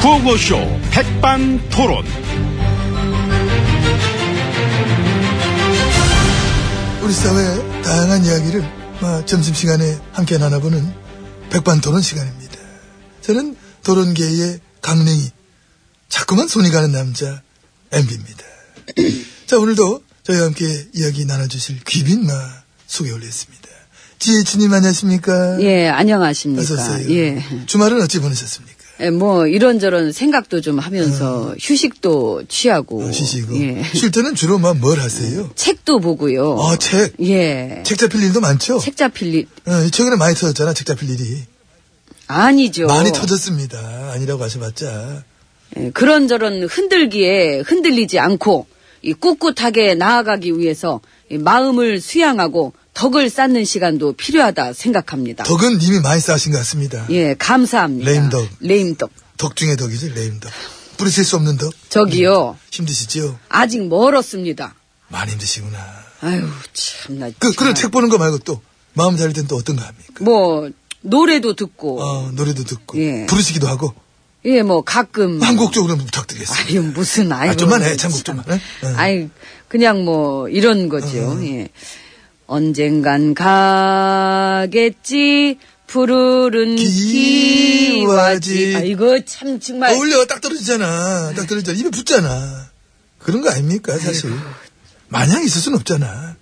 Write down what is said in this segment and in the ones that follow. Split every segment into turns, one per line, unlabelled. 구호쇼 백반토론.
우리 사회의 다양한 이야기를 아, 점심시간에 함께 나눠보는 백반토론 시간입니다. 저는 토론계의 강냉이, 자꾸만 손이 가는 남자 MB입니다. 자 오늘도 저희와 함께 이야기 나눠주실 귀빈마 소개 올렸습니다. 지혜진님 안녕하십니까?
예, 안녕하십니까.
어서 오세요.
예.
주말은 어찌 보내셨습니까?
예, 뭐 이런저런 생각도 좀 하면서
음.
휴식도
아,
취하고
쉬시고
예.
쉴 때는 주로 막 뭘 하세요?
책도 보고요.
아 책.
예.
책 잡힐 일도 많죠?
책 잡힐 일
어, 최근에 많이 터졌잖아 책 잡힐 일이.
아니죠.
많이 터졌습니다. 아니라고 하셔봤자.
예, 그런저런 흔들기에 흔들리지 않고 이 꿋꿋하게 나아가기 위해서 이 마음을 수양하고 덕을 쌓는 시간도 필요하다 생각합니다.
덕은 이미 많이 쌓으신 것 같습니다.
예, 감사합니다.
레임덕.
레임덕.
덕 중에 덕이지, 레임 덕. 뿌리칠 수 없는 덕. 예.
저기요.
힘드시지요?
아직 멀었습니다.
많이 힘드시구나.
아유, 참나.
그,
정말.
그런 책 보는 거 말고 또, 마음 잘릴 땐 또 어떤 거 합니까?
뭐 노래도 듣고
어, 노래도 듣고,
뭐. 예.
부르시기도 하고,
예 뭐 가끔
한곡 쪽으로 부탁드리겠습니다.
아유 무슨 아유
아, 좀만 해, 참곡 좀만 어, 해. 응.
아유 그냥 뭐 이런 거죠. 예. 언젠간 가겠지 푸르른
기와지.
기와지. 아 이거 참 정말
어울려, 딱 떨어지잖아. 딱 떨어지잖아. 입에 붙잖아. 그런 거 아닙니까, 사실. 마냥 있을 순 없잖아.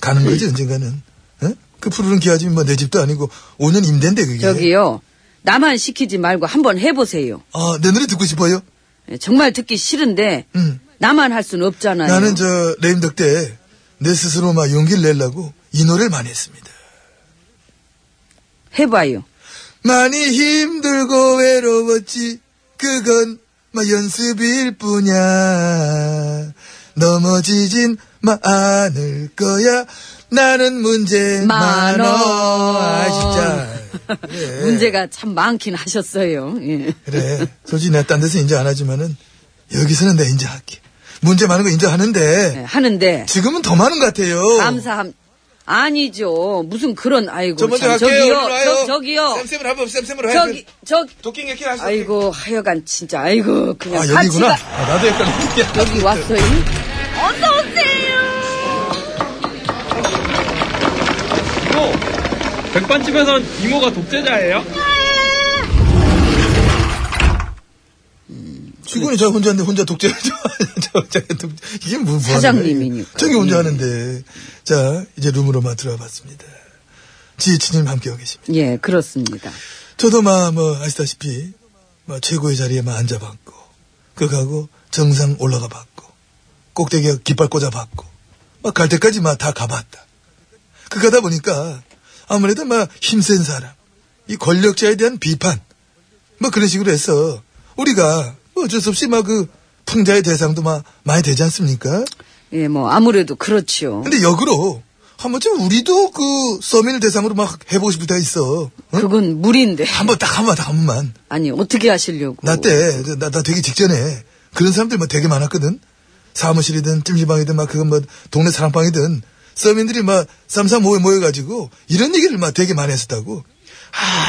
가는 거지,
예.
언젠가는. 어? 그 푸르른 기아집이 뭐 내 집도 아니고, 5년 임대인데, 그게.
저기요 나만 시키지 말고 한번 해보세요.
아, 내 노래 듣고 싶어요?
예, 정말 듣기 싫은데
응.
나만 할 수는 없잖아요.
음.
예.
나는 저 레임덕 때 내 스스로 막 용기를 내려고 이 노래를 많이 했습니다.
해봐요.
많이 힘들고 외로웠지 그건 막 연습일 뿐이야 넘어지진 마 않을 거야 나는 문제
많어.
많어 아 진짜 그래.
문제가 참 많긴 하셨어요. 예.
그래 솔직히 내가 딴 데서 인정 안 하지만은 여기서는 내가 인정할게 문제 많은 거 인정하는데
예, 하는데
지금은 더 많은 것 같아요
감사함. 아니죠. 무슨 그런 아이고
저 먼저
참,
갈게요.
저기요.
얼른 와요.
저, 저기요.
쌤쌤을 한번 쌤쌤으로 해요.
저기 저
도끼 얘기 하시죠.
아이고 하여간 진짜 아이고 그냥
아
같이
여기구나.
가
아, 나도 헷갈렸는데.
여기 왔어요.
백반집에선 이모가 독재자예요?
주군이 저 혼자인데 혼자 독재. 저 혼자 독재. 이게 뭐, 뭐 하는 거야,
사장님이니까.
이게. 저기 혼자
예.
하는데. 자 이제 룸으로만 들어와봤습니다. 지혜진님 함께하고 계십니다.
예 그렇습니다.
저도 막 뭐 아시다시피 막 최고의 자리에 막 앉아봤고 그거하고 정상 올라가 봤고 꼭대기에 깃발 꽂아봤고 막 갈 때까지 막 다 가봤다. 그 가다 보니까 아무래도 막 힘센 사람, 이 권력자에 대한 비판 뭐 그런 식으로 해서 우리가 뭐 어쩔 수 없이 막 그 풍자의 대상도 막 많이 되지 않습니까?
예 뭐 아무래도 그렇지요.
근데 역으로 한 번쯤 우리도 그 서민을 대상으로 막 해보고 싶을 때가 있어. 응?
그건 물인데
한번 딱 한번 딱 한번만.
아니 어떻게 하시려고?
나 때, 저, 나, 나 되기 직전에 그런 사람들 뭐 되게 많았거든. 사무실이든 찜질방이든 막 그건 뭐 동네 사랑방이든 서민들이 막 쌈싸 모여 모여가지고 이런 얘기를 막 되게 많이 했었다고.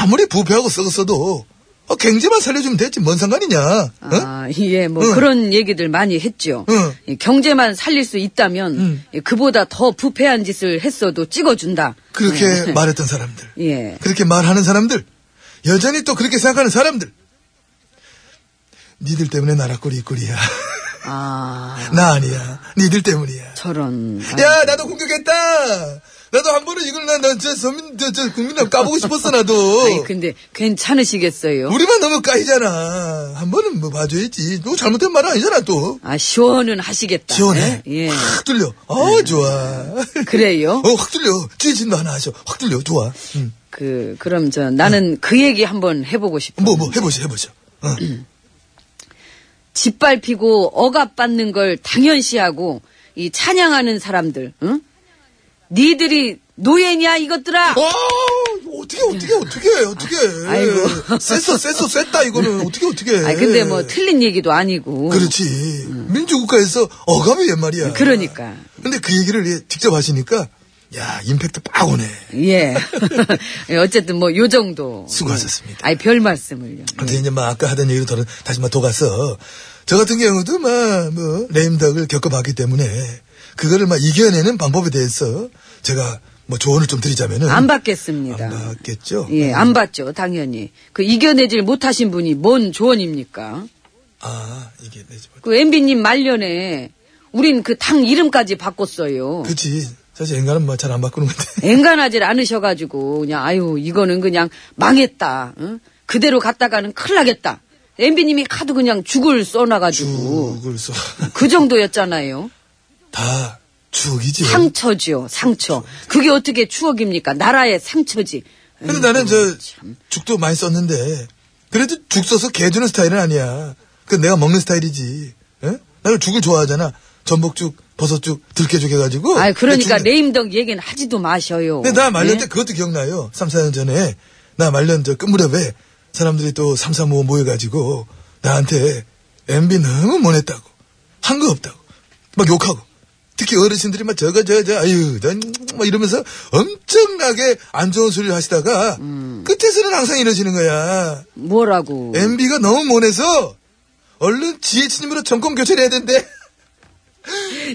아무리 부패하고 썩었어도 어, 경제만 살려주면 됐지 뭔 상관이냐. 어?
아예뭐
응.
그런 얘기들 많이 했죠.
응.
예, 경제만 살릴 수 있다면
응.
예, 그보다 더 부패한 짓을 했어도 찍어준다.
그렇게
예.
말했던 사람들.
예.
그렇게 말하는 사람들. 여전히 또 그렇게 생각하는 사람들. 니들 때문에 나라 꼴이 이 꼴이야.
아
나 아니야. 니들 때문이야.
저런 아이고.
야, 나도 공격했다. 나도 한 번은 이걸 나저 서민 저저 국민당 까보고 싶었어 뭐? 나도.
아니 근데 괜찮으시겠어요?
우리만 너무 까이잖아. 한 번은 뭐 봐줘야지. 또 잘못된 말은 아니잖아 또.
아 시원은 하시겠다.
시원해.
예. 예.
확 뚫려. 어 좋아.
그래요?
어 확 뚫려. 찌진도 하나 하셔. 확 뚫려. 좋아. 음. 응.
그 그럼 저
어.
나는 그 얘기 한번 해보고 싶어.
뭐뭐 해보죠 해보죠. 어.
음. 짓밟히고 억압받는 걸 당연시하고 이 찬양하는 사람들. 응? 니들이 노예냐 이것들아.
아, 어떻게 어떻게 어떻게 어떻게.
아이고.
쎘어 쎘어 쎘다 이거는 어떻게 어떻게.
아 근데 뭐 틀린 얘기도 아니고.
예. 그렇지. 민주국가에서 어감이 옛 말이야.
어. 음. 그러니까.
근데 그 얘기를 얘 직접 하시니까 야, 임팩트 빡 오네.
예. 어쨌든 뭐 요 정도.
수고하셨습니다.
아이 별 말씀을요.
근데 이제 막 아까 하던 얘기로 더는 다시 막 도가서 저 같은 경우도 막뭐 레임덕을 겪어봤기 때문에 그거를 막 이겨내는 방법에 대해서 제가 뭐 조언을 좀 드리자면은
안 받겠습니다.
안 받겠죠?
예, 안 받죠, 당연히. 그 이겨내질 못하신 분이 뭔 조언입니까?
아 이게 내지 말.
그 MB님 말년에 우린 그 당 이름까지 바꿨어요.
그치 사실 인간은 뭐 잘 안 바꾸는 건데
앵간하질 않으셔가지고 그냥 아유 이거는 그냥 망했다. 응? 그대로 갔다가는 큰일 나겠다. MB님이 하도 그냥 죽을 써놔가지고
죽을 써.
그 정도였잖아요.
다 죽이지.
상처지요, 상처. 그게 어떻게 추억입니까? 나라의 상처지.
근데 나는 저 죽도 많이 썼는데 그래도 죽 써서 개 주는 스타일은 아니야. 그 내가 먹는 스타일이지. 예? 나는 죽을 좋아하잖아. 전복죽, 버섯죽, 들깨죽 해가지고.
아, 그러니까
근데 죽-
레임덕 얘기는 하지도 마셔요.
근데 네, 나 말년
네?
때 그것도 기억나요. 3, 4년 전에 나 말년 저 끝무렵에 사람들이 또 3, 4, 5 모여가지고 나한테 MB 너무 못했다고 한 거 없다고 막 욕하고 특히 어르신들이 막 저거 저거 저 아유 난막 이러면서 엄청나게 안 좋은 소리를 하시다가 끝에서는 항상 이러시는 거야.
뭐라고?
MB가 너무 못해서 얼른 GH님으로 정권 교체를 해야 된대.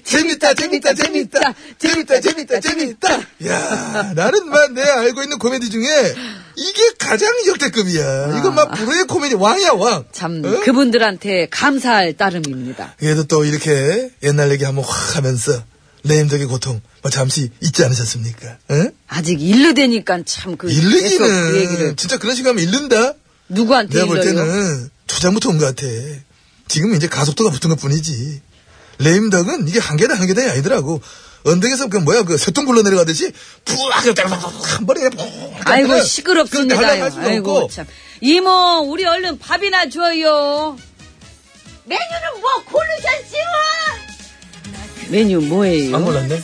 재밌다, 재밌다, 재밌다, 재밌다, 재밌다, 재밌다. 야, 나는 막 내가 알고 있는 코미디 중에 이게 가장 역대급이야. 이건 막 불후의 코미디 왕이야 왕.
아. 참
어?
그분들한테 감사할 따름입니다.
그래도 또 이렇게 옛날 얘기 한번 확 하면서 레임덕의 고통 뭐 잠시 잊지 않으셨습니까? 어? 응?
아직 일르되니까 참그 그
일르기는
얘기를
진짜 그런 식으로 하면 잃는다.
누구한테
내가 볼
일러요?
때는 초장부터 온 것 같아. 지금 이제 가속도가 붙은 것 뿐이지. 레임덕은 이게 한 개다 한 개다이 아니더라고. 언덕에서 그 뭐야 그 쇠통 굴러 내려가듯이 부악 이렇게 한 번에 푹
아이고
하잖아. 그런데
시끄럽습니다.
하려면 할 수도
아이고
없고.
참 이모 우리 얼른 밥이나 줘요.
메뉴는 뭐 고르셨지요?
메뉴 뭐예요?
안 몰랐네.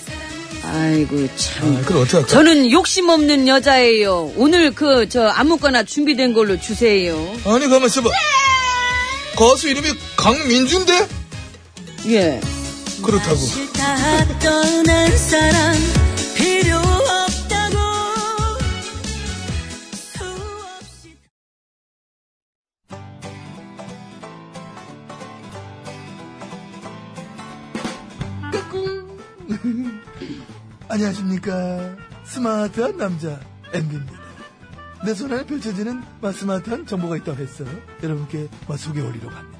아이고 참.
아, 그럼 어떻게 할까?
저는 욕심 없는 여자예요. 오늘 그 저 아무거나 준비된 걸로 주세요.
아니 가만 있어봐. 가수 이름이 강민준데
예.
그렇다고.
다 떠난 사람 필요 없다고 수없이
안녕하십니까 스마트한 남자 엠비입니다. 내 손안에 펼쳐지는 마 스마트한 정보가 있다고 해서 여러분께 마 소개해드리려고 합니다.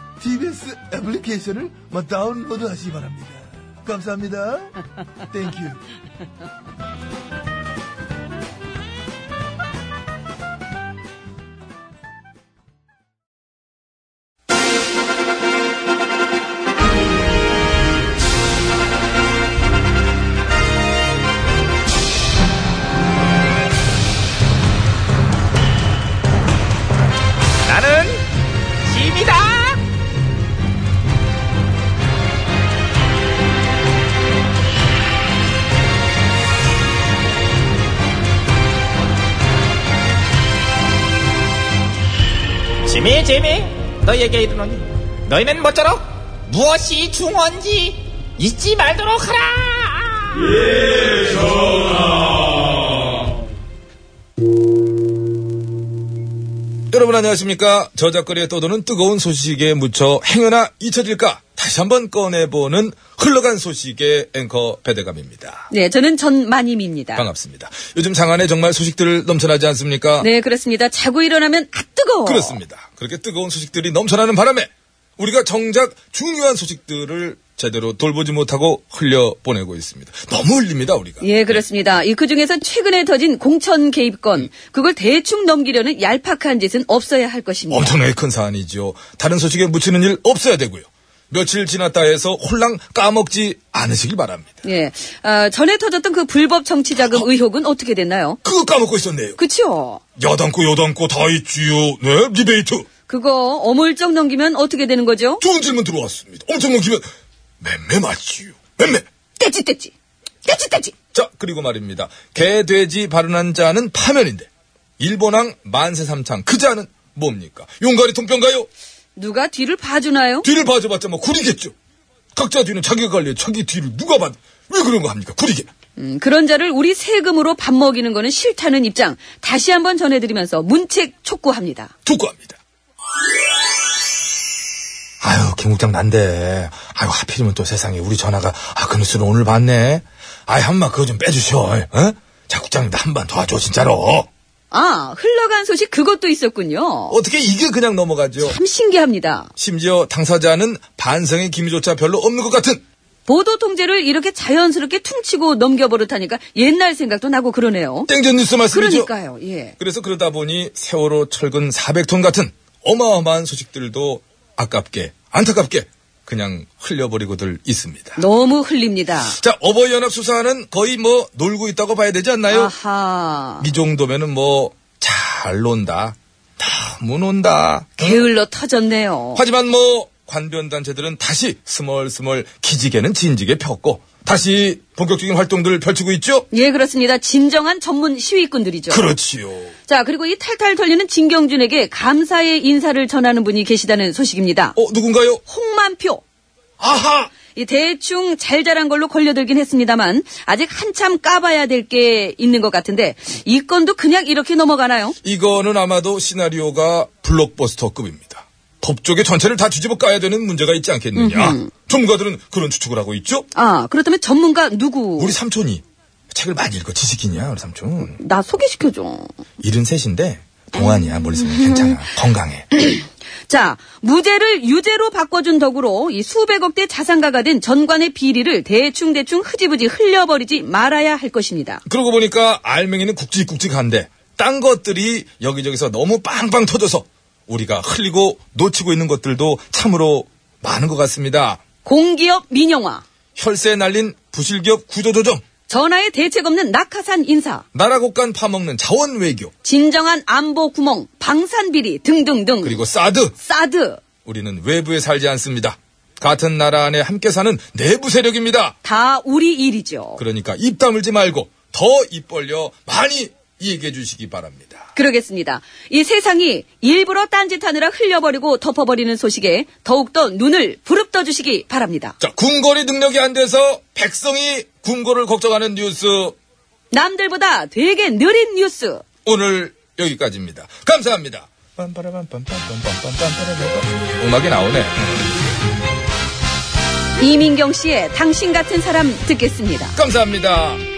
TBS 애플리케이션을 마 다운로드 하시기 바랍니다. 감사합니다. 땡큐.
나는 짐이다.
지미 지미 너에게 이르노니 너희는 모쪼록 무엇이 중원지 잊지 말도록 하라
여러분 안녕하십니까 저작거리에 떠도는 뜨거운 소식에 묻혀 행여나 잊혀질까 다시 한번 꺼내보는 흘러간 소식의 앵커 배대감입니다
네, 저는 전만임입니다.
반갑습니다 요즘 장안에 정말 소식들 넘쳐나지 않습니까
네, 그렇습니다. 자고 일어나면 아 뜨거워.
그렇습니다 그렇게 뜨거운 소식들이 넘쳐나는 바람에 우리가 정작 중요한 소식들을 제대로 돌보지 못하고 흘려보내고 있습니다 너무 흘립니다 우리가
예, 그렇습니다. 이 그중에서 최근에 터진 공천
음.
개입건, 그걸 대충 넘기려는 얄팍한 짓은 없어야 할 것입니다.
엄청나게 큰 사안이죠 다른 소식에 묻히는 일 없어야 되고요 며칠 지났다 해서 홀랑 까먹지 않으시길 바랍니다.
예. 아, 전에 터졌던 그 불법 정치자금 의혹은 어떻게 됐나요?
그거 까먹고 있었네요.
그치요?
야당고 여당고 다 있지요. 네, 리베이트.
그거 어물쩍 넘기면 어떻게 되는 거죠?
좋은 질문 들어왔습니다. 엄청 넘기면 맴매 맞지요. 맴매.
떼찌 떼찌. 떼찌 떼찌.
자, 그리고 말입니다. 개, 돼지 발언한 자는 파면인데 일본항 만세삼창 그 자는 뭡니까? 용가리 통병가요?
누가 뒤를 봐주나요?
뒤를 봐줘봤자 뭐 구리겠죠. 각자 뒤는 자기가 관리해 자기 뒤를 누가 봐? 왜 그런 거 합니까? 구리게.
음, 그런 자를 우리 세금으로 밥 먹이는 거는 싫다는 입장 다시 한번 전해드리면서 문책 촉구합니다.
독고합니다. 아유, 김국장 난데. 아유, 하필이면 또 세상에 우리 전화가, 아, 그 뉴스는 오늘 봤네. 아이, 한마 그거 좀 빼주셔. 어? 자, 국장님, 나 한 번 도와줘, 진짜로.
아, 흘러간 소식 그것도 있었군요.
어떻게 이게 그냥 넘어가죠?
참 신기합니다.
심지어 당사자는 반성의 기미조차 별로 없는 것 같은.
보도 통제를 이렇게 자연스럽게 퉁치고 넘겨버릇하니까 옛날 생각도 나고 그러네요.
땡전 뉴스 말씀이죠?
그러니까요, 예.
그래서 그러다 보니 세월호 철근 400톤 같은 어마어마한 소식들도 아깝게, 안타깝게 그냥 흘려버리고들 있습니다.
너무 흘립니다.
자, 어버이연합 수사는 거의 뭐 놀고 있다고 봐야 되지 않나요?
아하.
이 정도면은 뭐 잘 논다. 너무 논다.
게을러 터졌네요.
하지만 뭐 관변 단체들은 다시 스멀스멀 기지개는 진지게 폈고 다시 본격적인 활동들을 펼치고 있죠.
예, 그렇습니다. 진정한 전문 시위꾼들이죠.
그렇지요. 어,
자, 그리고 이 탈탈 털리는 진경준에게 감사의 인사를 전하는 분이 계시다는 소식입니다.
어 누군가요?
홍만표.
아하.
이 대충 잘 자란 걸로 걸려들긴 했습니다만 아직 한참 까봐야 될 게 있는 것 같은데 이 건도 그냥 이렇게 넘어가나요?
이거는 아마도 시나리오가 블록버스터급입니다. 법조계 전체를 다 뒤집어 까야 되는 문제가 있지 않겠느냐. 전문가들은 그런 추측을 하고 있죠.
아, 그렇다면 전문가 누구?
우리 삼촌이 책을 많이 읽어 지식인이야 우리 삼촌.
나 소개시켜줘.
일은 셋인데 동안이야 멀리 있으면 괜찮아 건강해
자, 무죄를 유죄로 바꿔준 덕으로 이 수백억대 자산가가 된 전관의 비리를 대충대충 흐지부지 흘려버리지 말아야 할 것입니다.
그러고 보니까 알맹이는 굵직굵직한데 딴 것들이 여기저기서 너무 빵빵 터져서 우리가 흘리고 놓치고 있는 것들도 참으로 많은 것 같습니다
공기업 민영화,
혈세 날린 부실기업 구조조정
전화에 대책 없는 낙하산 인사,
나라 곳간 파먹는 자원 외교
진정한 안보 구멍, 방산 비리 등등등.
그리고 사드
사드
우리는 외부에 살지 않습니다 같은 나라 안에 함께 사는 내부 세력입니다
다 우리 일이죠.
그러니까 입 다물지 말고 더 입 벌려 많이 얘기해 주시기 바랍니다
그러겠습니다. 이 세상이 일부러 딴짓하느라 흘려버리고 덮어버리는 소식에 더욱더 눈을 부릅떠 주시기 바랍니다.
자, 궁궐이 능력이 안 돼서 백성이 궁궐을 걱정하는 뉴스
남들보다 되게 느린 뉴스.
오늘 여기까지입니다. 감사합니다. 음악이 나오네.
이민경 씨의 당신 같은 사람 듣겠습니다.
감사합니다.